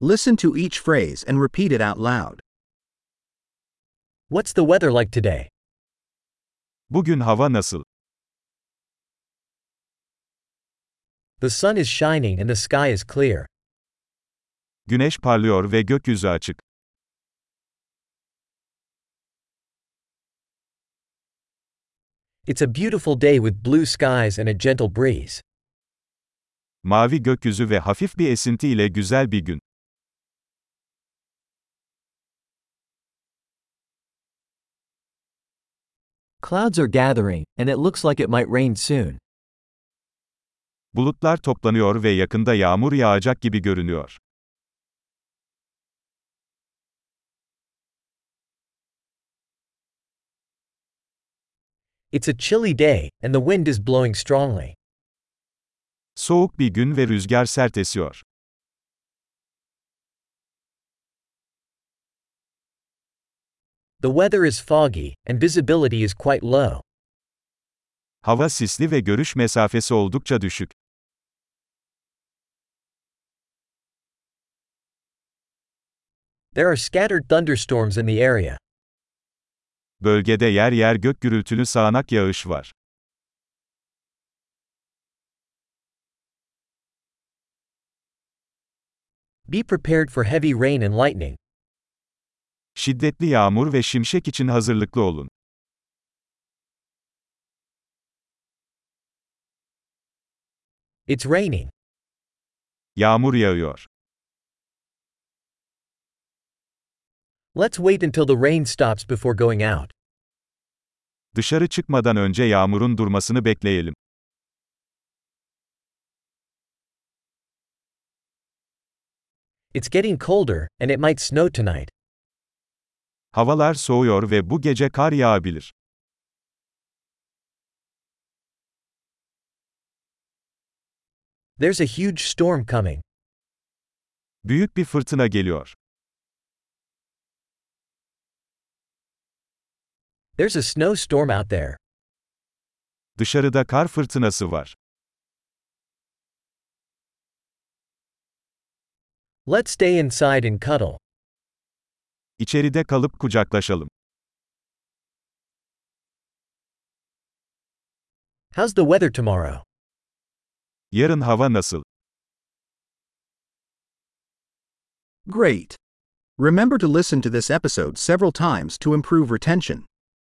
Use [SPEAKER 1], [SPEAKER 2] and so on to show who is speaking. [SPEAKER 1] Listen to each phrase and repeat it out loud.
[SPEAKER 2] What's the weather like today?
[SPEAKER 3] Bugün hava nasıl?
[SPEAKER 2] The sun is shining and the sky is clear.
[SPEAKER 3] Güneş parlıyor ve gökyüzü açık.
[SPEAKER 2] It's a beautiful day with blue skies and a gentle breeze.
[SPEAKER 3] Mavi gökyüzü ve hafif bir esinti ile güzel bir gün.
[SPEAKER 4] Clouds are gathering, and it looks like it might rain soon.
[SPEAKER 3] Bulutlar toplanıyor ve yakında yağmur yağacak gibi görünüyor.
[SPEAKER 2] It's a chilly day, and the wind is blowing strongly.
[SPEAKER 3] Soğuk bir gün ve rüzgar sert esiyor.
[SPEAKER 2] The weather is foggy, and visibility is quite low.
[SPEAKER 3] Hava sisli ve görüş mesafesi oldukça düşük.
[SPEAKER 2] There are scattered thunderstorms in the area.
[SPEAKER 3] Bölgede yer yer gök gürültülü sağanak yağış var.
[SPEAKER 2] Be prepared for heavy rain and lightning.
[SPEAKER 3] Şiddetli yağmur ve şimşek için hazırlıklı olun.
[SPEAKER 2] It's raining.
[SPEAKER 3] Yağmur yağıyor.
[SPEAKER 2] Let's wait until the rain stops before going out.
[SPEAKER 3] Dışarı çıkmadan önce yağmurun durmasını bekleyelim.
[SPEAKER 2] It's getting colder, and it might snow tonight.
[SPEAKER 3] Havalar soğuyor ve bu gece kar yağabilir.
[SPEAKER 2] There's a huge storm coming.
[SPEAKER 3] Büyük bir fırtına geliyor.
[SPEAKER 2] There's a snowstorm out there.
[SPEAKER 3] Dışarıda kar fırtınası var.
[SPEAKER 2] Let's stay inside and cuddle.
[SPEAKER 3] İçeride kalıp kucaklaşalım.
[SPEAKER 2] How's the weather tomorrow?
[SPEAKER 3] Yarın hava nasıl?
[SPEAKER 1] Great! Remember to listen to this episode several times to improve retention.